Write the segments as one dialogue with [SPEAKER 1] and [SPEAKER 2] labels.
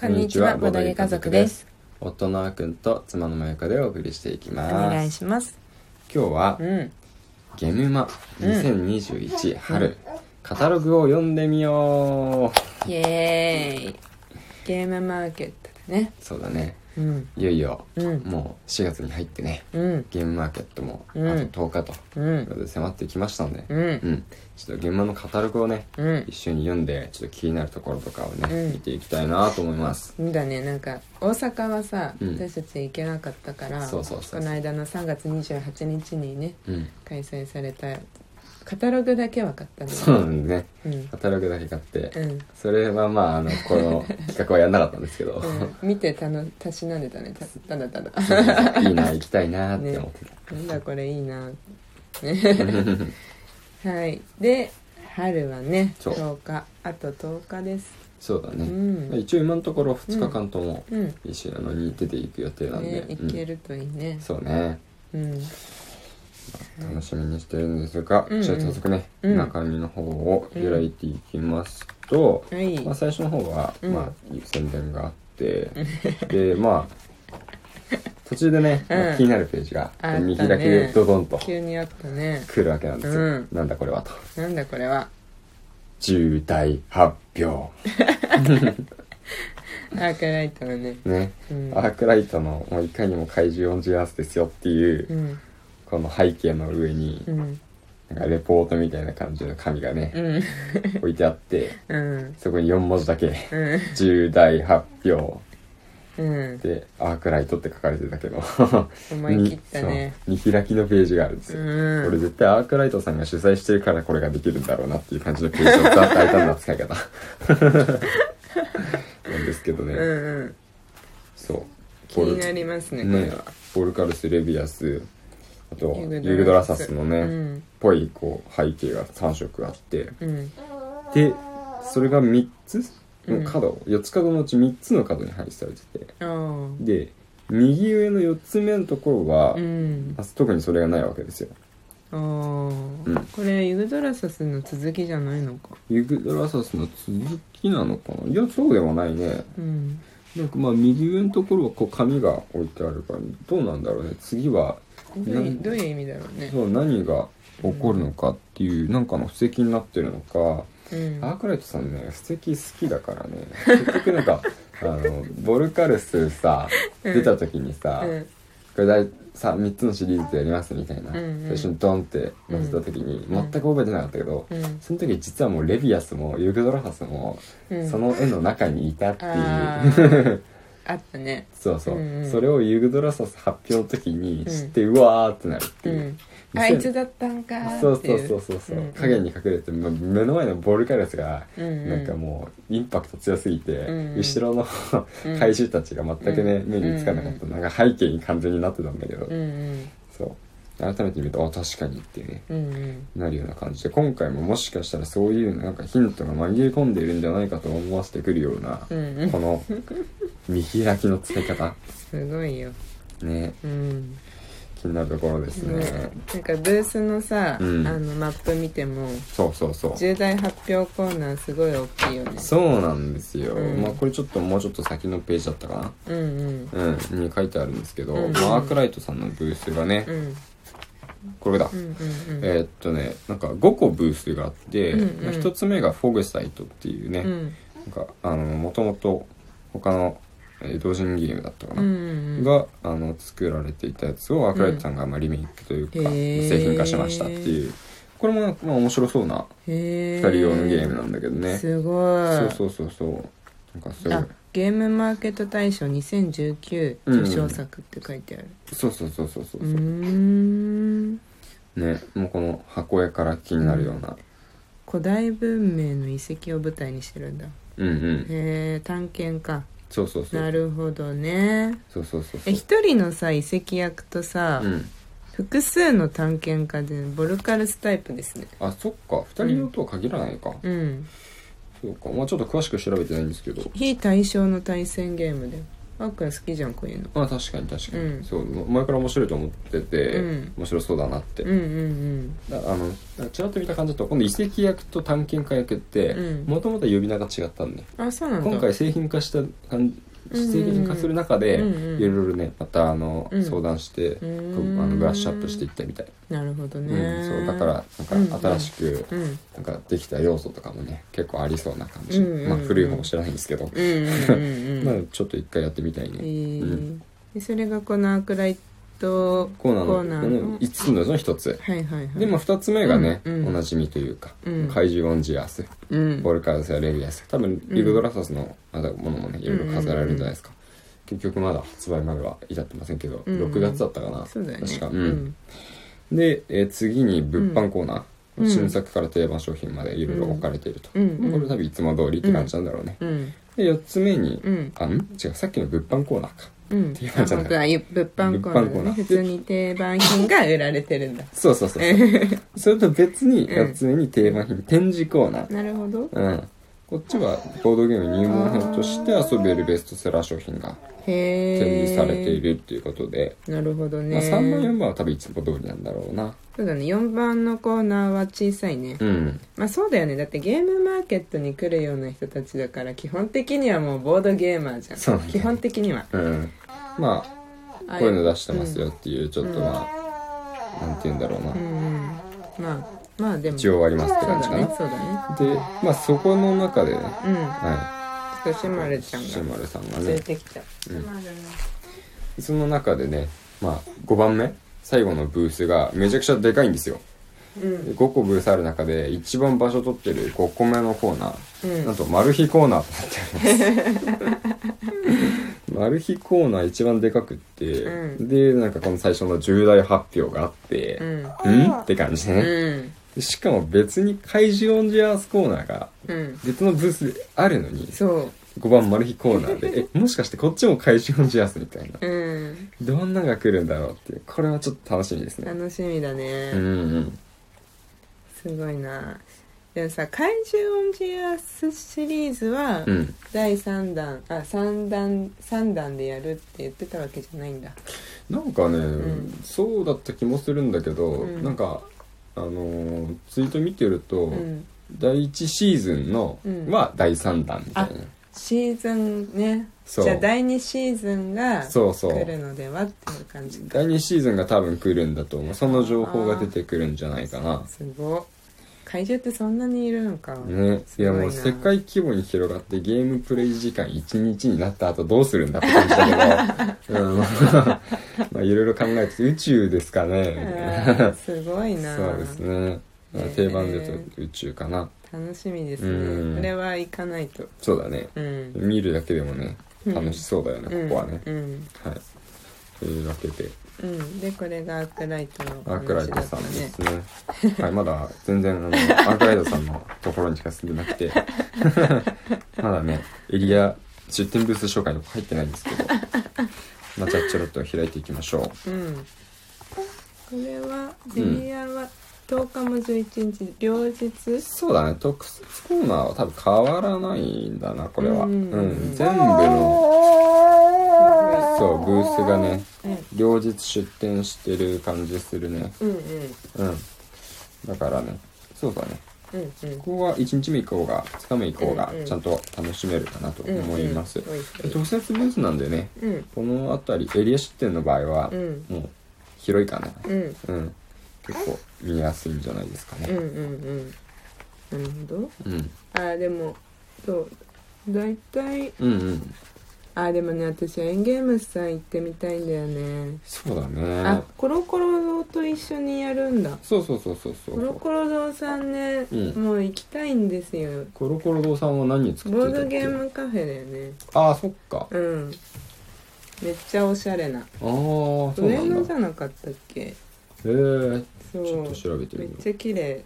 [SPEAKER 1] こんにちは、ボドゲ家族です。。
[SPEAKER 2] 夫のあーくんと妻のまゆかでお送りしていき
[SPEAKER 1] お
[SPEAKER 2] ます。
[SPEAKER 1] 願いします。
[SPEAKER 2] 今日は
[SPEAKER 1] う、ん。
[SPEAKER 2] ゲムマ2021春、カタログを読んでみよう
[SPEAKER 1] イエーイ。ゲームマーケットでね。
[SPEAKER 2] そうだね。
[SPEAKER 1] うん。
[SPEAKER 2] いよいよ、
[SPEAKER 1] うん
[SPEAKER 2] もう4月に入ってね、
[SPEAKER 1] うん。
[SPEAKER 2] ゲームマーケットもあと
[SPEAKER 1] うん
[SPEAKER 2] 10日と、
[SPEAKER 1] う
[SPEAKER 2] というこ
[SPEAKER 1] ん。
[SPEAKER 2] とで迫ってきましたので、
[SPEAKER 1] うん。
[SPEAKER 2] うん、ちょっと現場のカタログをね、
[SPEAKER 1] うん
[SPEAKER 2] 一緒に読んでちょっと気になるところとかをね、
[SPEAKER 1] うん
[SPEAKER 2] 見ていきたいなと思います
[SPEAKER 1] そうだね、なんか大阪はさ、
[SPEAKER 2] うん
[SPEAKER 1] 私たち行けなかったから
[SPEAKER 2] そうそうそう
[SPEAKER 1] この間の3月28日にね
[SPEAKER 2] うん
[SPEAKER 1] 開催されたカタログだけは買ったんだよ
[SPEAKER 2] そうなんでね
[SPEAKER 1] うん
[SPEAKER 2] カタログだけ買って、
[SPEAKER 1] うん
[SPEAKER 2] それはまああのこの企画はやんなかったんですけど、
[SPEAKER 1] うん、見てたのたしなんでたねたただただ
[SPEAKER 2] いいな行きたいなって思って
[SPEAKER 1] なんだこれいい なね
[SPEAKER 2] た、
[SPEAKER 1] はいで春はね
[SPEAKER 2] そう
[SPEAKER 1] 10日あと10日です
[SPEAKER 2] そうだね、
[SPEAKER 1] うん
[SPEAKER 2] 一応今のところ2日間とも
[SPEAKER 1] うんね
[SPEAKER 2] 石なのに出ていく予定なんで、
[SPEAKER 1] いけ
[SPEAKER 2] る、
[SPEAKER 1] るといいね
[SPEAKER 2] そうね
[SPEAKER 1] うん
[SPEAKER 2] 楽しみにしてるんですが、
[SPEAKER 1] うんうん
[SPEAKER 2] じゃあ早速ね、
[SPEAKER 1] うん
[SPEAKER 2] 中身の方を開いていきますと、
[SPEAKER 1] はい
[SPEAKER 2] まあ、最初の方は、
[SPEAKER 1] うん
[SPEAKER 2] まあ、宣伝があって、でまあ途中でね、
[SPEAKER 1] うん
[SPEAKER 2] まあ気になるページが
[SPEAKER 1] あったね
[SPEAKER 2] 見開きでドドンと
[SPEAKER 1] 急にあったね
[SPEAKER 2] 来るわけなんですよ、
[SPEAKER 1] うん
[SPEAKER 2] なんだこれはと
[SPEAKER 1] なんだこれは
[SPEAKER 2] 重大発表
[SPEAKER 1] アークライトのね
[SPEAKER 2] ね、
[SPEAKER 1] うん
[SPEAKER 2] アークライトのもういかにも怪獣40アースですよっていう、
[SPEAKER 1] うん
[SPEAKER 2] この背景の上に
[SPEAKER 1] うん
[SPEAKER 2] なんかレポートみたいな感じの紙がね、
[SPEAKER 1] うん
[SPEAKER 2] 置いてあって
[SPEAKER 1] うん
[SPEAKER 2] そこに4文字だけ
[SPEAKER 1] うん
[SPEAKER 2] 「重大発表
[SPEAKER 1] うん」
[SPEAKER 2] で「アークライト」って書かれてたけど
[SPEAKER 1] 思い切ったね
[SPEAKER 2] にそう見開きのページがあるんですよ、
[SPEAKER 1] うん
[SPEAKER 2] これ絶対アークライトさんが主催してるからこれができるんだろうなっていう感じのページをザッと開いたんだ使い方なんですけどね、
[SPEAKER 1] うんうん
[SPEAKER 2] そう
[SPEAKER 1] 気になりますねこれ
[SPEAKER 2] ね
[SPEAKER 1] は
[SPEAKER 2] ボルカルス・レビアスあと
[SPEAKER 1] ユ
[SPEAKER 2] ユ
[SPEAKER 1] グドラサス
[SPEAKER 2] グドラサスのね、
[SPEAKER 1] うん
[SPEAKER 2] ぽいこう背景が3色あって
[SPEAKER 1] うん
[SPEAKER 2] でそれが3つ
[SPEAKER 1] うん
[SPEAKER 2] の角、四4つ角のうち3つの角に配置されてて
[SPEAKER 1] あー
[SPEAKER 2] で右上の4つ目のところは、
[SPEAKER 1] うん
[SPEAKER 2] あ特にそれがないわけですよ
[SPEAKER 1] あー
[SPEAKER 2] ん
[SPEAKER 1] これユグドラサスの続きじゃないのか
[SPEAKER 2] ユグドラサスの続きなのかないやそうでもないね
[SPEAKER 1] うん
[SPEAKER 2] なんかまあ右上のところはこう紙が置いてあるからどうなんだろうね次は
[SPEAKER 1] どうい
[SPEAKER 2] なん
[SPEAKER 1] どういう意味だろうね
[SPEAKER 2] そう何が起こるのかっていうなんかの布石になってるのか、
[SPEAKER 1] うん
[SPEAKER 2] アークライトさんね布石好きだからね結局な んかあのボルカルスさ
[SPEAKER 1] うん
[SPEAKER 2] 出た時にさ、
[SPEAKER 1] うん
[SPEAKER 2] これだいさ3つのシリーズでやりますみたいな、
[SPEAKER 1] うんうん
[SPEAKER 2] 最初にドンって載せた時に、
[SPEAKER 1] うん
[SPEAKER 2] 全く覚えてなかったけど、
[SPEAKER 1] うん
[SPEAKER 2] その時実はもうレビアスもユグドラハスも、
[SPEAKER 1] うん
[SPEAKER 2] その絵の中にいたって
[SPEAKER 1] あ
[SPEAKER 2] いう。
[SPEAKER 1] ーあったね
[SPEAKER 2] そうそう、
[SPEAKER 1] うんうん
[SPEAKER 2] それをユグドラサス発表の時に知って、うわーってなるって
[SPEAKER 1] う
[SPEAKER 2] いう、
[SPEAKER 1] ん
[SPEAKER 2] 2000
[SPEAKER 1] あいつだったんか
[SPEAKER 2] そ
[SPEAKER 1] ー
[SPEAKER 2] う
[SPEAKER 1] ってい
[SPEAKER 2] そうそうそうそう、
[SPEAKER 1] うんうん
[SPEAKER 2] 影に隠れてま目の前のボールカラスが、
[SPEAKER 1] うんうん
[SPEAKER 2] なんかもうインパクト強すぎて、
[SPEAKER 1] んうん
[SPEAKER 2] 後ろの
[SPEAKER 1] うん
[SPEAKER 2] 怪獣たちが全くね、
[SPEAKER 1] うん
[SPEAKER 2] 目につかなかった、なんか背景に完全になってたんだけど、
[SPEAKER 1] うん
[SPEAKER 2] そう改めて見るとあ確かにっていうね
[SPEAKER 1] うんうんうん
[SPEAKER 2] なるような感じで今回ももしかしたらそういうなんかヒントが紛れ込んでいるんじゃないかと思わせてくるような、
[SPEAKER 1] うんうん
[SPEAKER 2] この見開きの使い方
[SPEAKER 1] すごいよ
[SPEAKER 2] ね
[SPEAKER 1] うん
[SPEAKER 2] 気になるところですね、
[SPEAKER 1] ねなんかブースのさあ
[SPEAKER 2] うん
[SPEAKER 1] のマップ見ても
[SPEAKER 2] そうそうそう
[SPEAKER 1] 重大発表コーナーすごい大きいよね
[SPEAKER 2] そうなんですよ、
[SPEAKER 1] うん
[SPEAKER 2] まあこれちょっともうちょっと先のページだったか
[SPEAKER 1] うん
[SPEAKER 2] な、うん、に書いてあるんですけど、
[SPEAKER 1] うん
[SPEAKER 2] まあアークライトさんのブースがね、
[SPEAKER 1] うんうん
[SPEAKER 2] これだ、
[SPEAKER 1] うんうん
[SPEAKER 2] えーっとねなんか5個ブースがあって、
[SPEAKER 1] うんうん
[SPEAKER 2] まあ、1つ目がフォグサイトっていうね、
[SPEAKER 1] うんうん
[SPEAKER 2] なんかあのもともと他の、えー同人ゲームだったか
[SPEAKER 1] う
[SPEAKER 2] な、
[SPEAKER 1] んうん
[SPEAKER 2] があの作られていたやつをアークライトさんがまあリメイクというか、
[SPEAKER 1] へー
[SPEAKER 2] 製品化しましたっていうこれもなんかまあ面白そうな
[SPEAKER 1] へ
[SPEAKER 2] 2
[SPEAKER 1] え
[SPEAKER 2] 人用のゲームなんだけどね、
[SPEAKER 1] すごい
[SPEAKER 2] そうそうそうそうなんかすごい
[SPEAKER 1] あゲームマーケット大賞2019受賞作って書いてある
[SPEAKER 2] そうそうそうそうそう
[SPEAKER 1] う
[SPEAKER 2] そ
[SPEAKER 1] ー
[SPEAKER 2] うんねもうこの箱絵から気になるような、
[SPEAKER 1] 古代文明の遺跡を舞台にしてるんだへ
[SPEAKER 2] うん、うん
[SPEAKER 1] え探検か
[SPEAKER 2] そうそうそ
[SPEAKER 1] な
[SPEAKER 2] う
[SPEAKER 1] るほどね
[SPEAKER 2] そうそうそうそ
[SPEAKER 1] え
[SPEAKER 2] う
[SPEAKER 1] 一人のさ遺跡役とさ、
[SPEAKER 2] うん
[SPEAKER 1] 複数の探検家でボルカルスタイプですね
[SPEAKER 2] あそっか2人用とは限らないか、
[SPEAKER 1] うん
[SPEAKER 2] そうかまあちょっと詳しく調べてないんですけど
[SPEAKER 1] 非対称の対戦ゲームであっくん好きじゃんこういうの
[SPEAKER 2] まあ確かに確かに、
[SPEAKER 1] うん
[SPEAKER 2] そう前から面白いと思ってて、
[SPEAKER 1] うん
[SPEAKER 2] 面白そうだなって、
[SPEAKER 1] うんうん
[SPEAKER 2] だあのだちらっと見た感じだと今度遺跡役と探検家役って
[SPEAKER 1] うん
[SPEAKER 2] もともと呼び名が違ったんで、
[SPEAKER 1] うんあそうなんだ
[SPEAKER 2] 今回製品化した感
[SPEAKER 1] うんうんうん
[SPEAKER 2] 製品化する中で、
[SPEAKER 1] うんうん
[SPEAKER 2] いろいろねまたあの、
[SPEAKER 1] うん
[SPEAKER 2] 相談して、こう
[SPEAKER 1] うん
[SPEAKER 2] あのブラッシュアップしていったみたい、
[SPEAKER 1] なるほどね、
[SPEAKER 2] うんそうだから
[SPEAKER 1] う
[SPEAKER 2] なんん
[SPEAKER 1] う
[SPEAKER 2] か
[SPEAKER 1] ん
[SPEAKER 2] 新しく、
[SPEAKER 1] うん
[SPEAKER 2] なんかできた要素とかもね結構ありそうな感じ、
[SPEAKER 1] うんうんうん
[SPEAKER 2] まあ、古い方も知らないんですけど、
[SPEAKER 1] うんうんうんう
[SPEAKER 2] まあ
[SPEAKER 1] ん
[SPEAKER 2] ちょっと一回やってみたいね、
[SPEAKER 1] えー
[SPEAKER 2] うん
[SPEAKER 1] でそれがこのアークライト
[SPEAKER 2] コーナーの
[SPEAKER 1] コーナーの
[SPEAKER 2] この5つのうちの1つ
[SPEAKER 1] はいはいはい
[SPEAKER 2] でも2つ目がね、
[SPEAKER 1] うんうん
[SPEAKER 2] おなじみというか、
[SPEAKER 1] うん
[SPEAKER 2] 怪獣オンジアース
[SPEAKER 1] うん
[SPEAKER 2] ボルカーズやレビアス多分リブドラサスのまだものもねいろいろ飾られるんじゃないですか、結局まだ発売までは至ってませんけど、
[SPEAKER 1] うん
[SPEAKER 2] 6月だったかな
[SPEAKER 1] そうだよね
[SPEAKER 2] 確か、うんで、えー次に物販コーナー、
[SPEAKER 1] うん
[SPEAKER 2] 新作から定番商品までいろいろ置かれていると、
[SPEAKER 1] うんうん
[SPEAKER 2] これ多分いつも通りって感じなんだろうね、
[SPEAKER 1] うん
[SPEAKER 2] で4つ目に、
[SPEAKER 1] うん
[SPEAKER 2] あん違うさっきの物販コーナーか
[SPEAKER 1] うん
[SPEAKER 2] 定番じゃない
[SPEAKER 1] あ僕は言う物販コーナ
[SPEAKER 2] 物販コ
[SPEAKER 1] ー
[SPEAKER 2] ー
[SPEAKER 1] ね
[SPEAKER 2] ナー
[SPEAKER 1] 普通に定番品が売られてるんだ
[SPEAKER 2] そうそ うそうそうそれと別に
[SPEAKER 1] うん
[SPEAKER 2] 4つ目に定番品展示コーナー
[SPEAKER 1] なるほど
[SPEAKER 2] うんこっちはボードゲーム入門編として遊べるベストセラー商品が
[SPEAKER 1] へえ
[SPEAKER 2] 展示されているっていうことで、
[SPEAKER 1] なるほどね、
[SPEAKER 2] まあ、3番4番は多分いつも通りなんだろうな
[SPEAKER 1] そうだね4番のコーナーは小さいね、
[SPEAKER 2] うん
[SPEAKER 1] まあそうだよねだってゲームマーケットに来るような人たちだから基本的にはもうボードゲーマーじゃん
[SPEAKER 2] そうなんだよ
[SPEAKER 1] 基本的には
[SPEAKER 2] うんまあこういうの出してます
[SPEAKER 1] よ、
[SPEAKER 2] よっていうちょっとまあ、なんて言うんだろうな、
[SPEAKER 1] うんうんまあまあでも
[SPEAKER 2] 一応ありますって
[SPEAKER 1] そう
[SPEAKER 2] 感
[SPEAKER 1] だ
[SPEAKER 2] じか
[SPEAKER 1] ね
[SPEAKER 2] な
[SPEAKER 1] そうだね
[SPEAKER 2] でまあそこの中でね、
[SPEAKER 1] うん
[SPEAKER 2] は
[SPEAKER 1] ちょっとしまるちゃん
[SPEAKER 2] いシ
[SPEAKER 1] が
[SPEAKER 2] マルさんが
[SPEAKER 1] 連れ
[SPEAKER 2] ね
[SPEAKER 1] てきた、
[SPEAKER 2] その中でねまあ5番目最後のブースがめちゃくちゃでかいんですよ
[SPEAKER 1] うん
[SPEAKER 2] 5個ブースある中で一番場所取ってる5個目のコーナー、
[SPEAKER 1] うん
[SPEAKER 2] なんとマル秘コーナーとなっております マル秘コーナー一番でかくって、
[SPEAKER 1] う
[SPEAKER 2] でなんかこの最初の重大発表があって
[SPEAKER 1] う、ん
[SPEAKER 2] うんって感じでね、
[SPEAKER 1] うん
[SPEAKER 2] でしかも別に怪獣オンジアースコーナーが
[SPEAKER 1] うん
[SPEAKER 2] 別のブースであるのに
[SPEAKER 1] そ
[SPEAKER 2] 5番マル秘コーナーでえもしかしてこっちも怪獣オンジアースみたいな
[SPEAKER 1] ううん
[SPEAKER 2] どんなが来るんだろうっていうこれはちょっと楽しみですね
[SPEAKER 1] 楽しみだね、
[SPEAKER 2] うんうん
[SPEAKER 1] すごいなでもさ怪獣オンジアースシリーズは
[SPEAKER 2] うん
[SPEAKER 1] 第3弾あ三弾三弾でやるって言ってたわけじゃないんだ
[SPEAKER 2] なんかね、
[SPEAKER 1] ん
[SPEAKER 2] そうだった気もするんだけど、
[SPEAKER 1] うん
[SPEAKER 2] なんかあのーツイート見てると、
[SPEAKER 1] うん
[SPEAKER 2] 第1シーズンの
[SPEAKER 1] うん
[SPEAKER 2] は第3弾みたいな、
[SPEAKER 1] シーズンね
[SPEAKER 2] そう
[SPEAKER 1] じゃあ第2シーズンが
[SPEAKER 2] そうそう
[SPEAKER 1] 来るのではっていう感じ
[SPEAKER 2] 第2シーズンが多分来るんだと思うその情報が出てくるんじゃないかな
[SPEAKER 1] すごっ怪獣ってそんなにいるのか、
[SPEAKER 2] ね、いやもう
[SPEAKER 1] すご
[SPEAKER 2] 世
[SPEAKER 1] いな
[SPEAKER 2] 界規模に広がってゲームプレイ時間1日になった後どうするんだって感じだ けど、うん、まあいろいろ考えて宇宙ですかね
[SPEAKER 1] うんすごい
[SPEAKER 2] みた
[SPEAKER 1] ない
[SPEAKER 2] なそうですね、まあ
[SPEAKER 1] ね
[SPEAKER 2] 定番で言うと宇宙かな
[SPEAKER 1] 楽しみです
[SPEAKER 2] うん
[SPEAKER 1] ねこれは行かないと
[SPEAKER 2] そうだね
[SPEAKER 1] うん
[SPEAKER 2] 見るだけでもね
[SPEAKER 1] うん
[SPEAKER 2] 楽しそうだよね、ここはね、
[SPEAKER 1] うんうん、
[SPEAKER 2] はいというわけで
[SPEAKER 1] うんでこれがアークライトの
[SPEAKER 2] アークラ
[SPEAKER 1] 話
[SPEAKER 2] イト
[SPEAKER 1] だっ
[SPEAKER 2] さ
[SPEAKER 1] た
[SPEAKER 2] んで
[SPEAKER 1] ね
[SPEAKER 2] すねはいまだ全然あのアークライトさんのところにしか住んでなくてまだねエリア出店ブース紹介にも入ってないんですけどまあじゃあちょろっと開いていきましょう
[SPEAKER 1] うんこれはジュリアは10日も11日両日
[SPEAKER 2] そうだね特設コーナーは多分変わらないんだなこれは
[SPEAKER 1] う
[SPEAKER 2] うんん、全部のそうブースがね両日出店してる感じするね
[SPEAKER 1] うんうん
[SPEAKER 2] うんだからねそうだね
[SPEAKER 1] うんうん
[SPEAKER 2] ここは1日目行こうが2日目行こうが
[SPEAKER 1] うんうん
[SPEAKER 2] ちゃんと楽しめるかなと思います、
[SPEAKER 1] うんうん
[SPEAKER 2] 特設ブースなんでね
[SPEAKER 1] うん
[SPEAKER 2] この辺りエリア出店の場合は
[SPEAKER 1] うん
[SPEAKER 2] もう広いかな
[SPEAKER 1] うん
[SPEAKER 2] うん、結構見やすいんじゃないですか
[SPEAKER 1] うんう
[SPEAKER 2] ね
[SPEAKER 1] んうんなるほど
[SPEAKER 2] うん
[SPEAKER 1] あーでもそう大体
[SPEAKER 2] うんうん
[SPEAKER 1] あーでもね私はエンゲームズさん行ってみたいんだよね
[SPEAKER 2] そうだ
[SPEAKER 1] あ
[SPEAKER 2] ね
[SPEAKER 1] コロコロ堂と一緒にやるんだ
[SPEAKER 2] そうそうそうそうそ
[SPEAKER 1] コロ
[SPEAKER 2] う
[SPEAKER 1] コロ堂さんね、
[SPEAKER 2] うん
[SPEAKER 1] もう行きたいんですよ
[SPEAKER 2] コロコロ堂さんは何作
[SPEAKER 1] ボ
[SPEAKER 2] っ
[SPEAKER 1] ー
[SPEAKER 2] てた
[SPEAKER 1] ド
[SPEAKER 2] っ
[SPEAKER 1] ゲ
[SPEAKER 2] け
[SPEAKER 1] ームカフェだよね
[SPEAKER 2] ああそっかあ
[SPEAKER 1] うんめっちゃおしゃれな
[SPEAKER 2] あーそう
[SPEAKER 1] 上
[SPEAKER 2] な
[SPEAKER 1] 野
[SPEAKER 2] ん
[SPEAKER 1] じ
[SPEAKER 2] だへ
[SPEAKER 1] ゃなかったっけ
[SPEAKER 2] えー、
[SPEAKER 1] そう
[SPEAKER 2] ちょっと調べてみ
[SPEAKER 1] め
[SPEAKER 2] よ
[SPEAKER 1] っ
[SPEAKER 2] う
[SPEAKER 1] ちゃ綺麗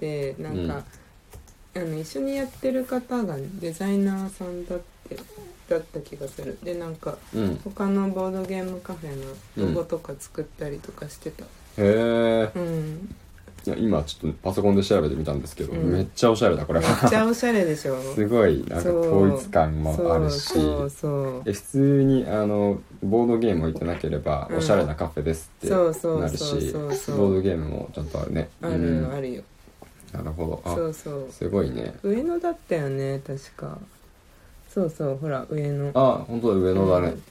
[SPEAKER 1] でなんか、あの一緒にやってる方がデザイナーさんだってだった気がするでなんか
[SPEAKER 2] うんへ
[SPEAKER 1] 他のボードゲームカフェのロゴとか作ったりとかしてた
[SPEAKER 2] え
[SPEAKER 1] うん、
[SPEAKER 2] いや今ちょっとパソコンで調べてみたんですけど、
[SPEAKER 1] うん
[SPEAKER 2] めっちゃおしゃれだこれ
[SPEAKER 1] めっち
[SPEAKER 2] は
[SPEAKER 1] ゃおしゃれでしょ
[SPEAKER 2] すごいなんか統一感もあるし
[SPEAKER 1] そうそう
[SPEAKER 2] え普通にあのボードゲーム置いてなければ
[SPEAKER 1] うん
[SPEAKER 2] おしゃれなカフェですってな
[SPEAKER 1] そ
[SPEAKER 2] る
[SPEAKER 1] う
[SPEAKER 2] し
[SPEAKER 1] そうそうそうそう
[SPEAKER 2] ボードゲームもちゃんとあるね
[SPEAKER 1] あ
[SPEAKER 2] う
[SPEAKER 1] る
[SPEAKER 2] ん
[SPEAKER 1] よあるよ
[SPEAKER 2] なるほど
[SPEAKER 1] そ
[SPEAKER 2] あ
[SPEAKER 1] うそう
[SPEAKER 2] すごいね
[SPEAKER 1] 上野だったよね確かそうそうほら上野
[SPEAKER 2] あ本当だ上野だね、
[SPEAKER 1] うん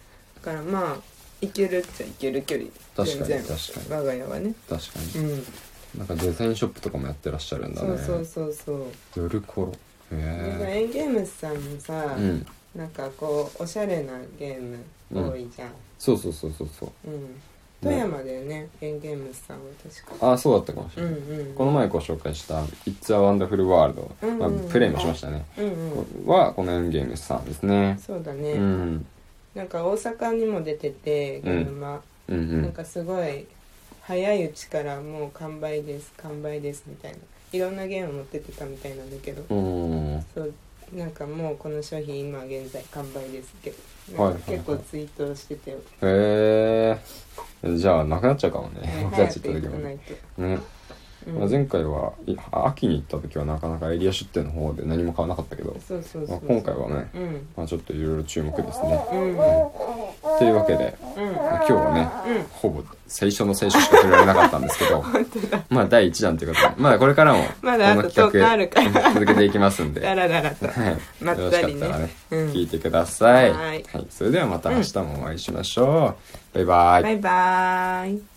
[SPEAKER 1] からまあ行けるっちゃ行ける距離
[SPEAKER 2] 確かに
[SPEAKER 1] 全然
[SPEAKER 2] 確か
[SPEAKER 1] 我
[SPEAKER 2] に
[SPEAKER 1] が家はね
[SPEAKER 2] 確か
[SPEAKER 1] う
[SPEAKER 2] に
[SPEAKER 1] ん
[SPEAKER 2] なんかデザインショップとかもやってらっしゃるんだ
[SPEAKER 1] そ
[SPEAKER 2] ね
[SPEAKER 1] うそうそうそう
[SPEAKER 2] ヨルコロ
[SPEAKER 1] なんか
[SPEAKER 2] へ
[SPEAKER 1] エンゲームズさんもさ
[SPEAKER 2] え、うん
[SPEAKER 1] なんかこうおしゃれなゲーム多いじゃん、
[SPEAKER 2] そうそうそうそうそう
[SPEAKER 1] うん富山だよねエンゲームズさんは確か
[SPEAKER 2] あそうだったかもし
[SPEAKER 1] う
[SPEAKER 2] れない、
[SPEAKER 1] んうん
[SPEAKER 2] この前ご紹介した「It's a Wonderful World
[SPEAKER 1] う」ん
[SPEAKER 2] まあ
[SPEAKER 1] うん、
[SPEAKER 2] プレイもしましたね、
[SPEAKER 1] うんうん
[SPEAKER 2] はこのエンゲームさんですね
[SPEAKER 1] そうだね、
[SPEAKER 2] うん
[SPEAKER 1] なんか大阪にも出ててゲームは、
[SPEAKER 2] うんう
[SPEAKER 1] なん
[SPEAKER 2] ん
[SPEAKER 1] かすごい早いうちからもう完売です完売ですみたいないろんなゲーム持ってってたみたいなんだけど
[SPEAKER 2] うん
[SPEAKER 1] そうなんかもうこの商品今現在完売ですけど、
[SPEAKER 2] はい
[SPEAKER 1] なんか結構ツイートしてて、
[SPEAKER 2] へえじゃあなくなっちゃうかもね
[SPEAKER 1] ね
[SPEAKER 2] 僕た
[SPEAKER 1] 早
[SPEAKER 2] ち
[SPEAKER 1] く
[SPEAKER 2] 行っ
[SPEAKER 1] 行
[SPEAKER 2] た時
[SPEAKER 1] か
[SPEAKER 2] も
[SPEAKER 1] ない
[SPEAKER 2] ね、
[SPEAKER 1] と、うん
[SPEAKER 2] まあ、前回はい秋に行った時はなかなかエリア出店の方で何も買わなかったけど、
[SPEAKER 1] そうそう
[SPEAKER 2] ま
[SPEAKER 1] そ
[SPEAKER 2] あ、
[SPEAKER 1] う
[SPEAKER 2] 今回はね、
[SPEAKER 1] うん
[SPEAKER 2] まあ、ちょっといろいろ注目ですね
[SPEAKER 1] うん
[SPEAKER 2] というわけで
[SPEAKER 1] うん
[SPEAKER 2] まあ今日はね
[SPEAKER 1] うん
[SPEAKER 2] ほぼ最初の最初しか触れられなかったんですけ どまあ第1弾ということでまだこれからもこ
[SPEAKER 1] まだあ
[SPEAKER 2] の
[SPEAKER 1] と10日あ
[SPEAKER 2] 企
[SPEAKER 1] る から
[SPEAKER 2] 画続けていきますん で
[SPEAKER 1] だらだらと
[SPEAKER 2] はい
[SPEAKER 1] ま
[SPEAKER 2] よ
[SPEAKER 1] っ
[SPEAKER 2] ろしたかっ
[SPEAKER 1] り
[SPEAKER 2] たらね
[SPEAKER 1] ね、うん
[SPEAKER 2] 聞いてください。
[SPEAKER 1] はい
[SPEAKER 2] それではまた明日もお会いしましょう。バイバイ。
[SPEAKER 1] バイバーイ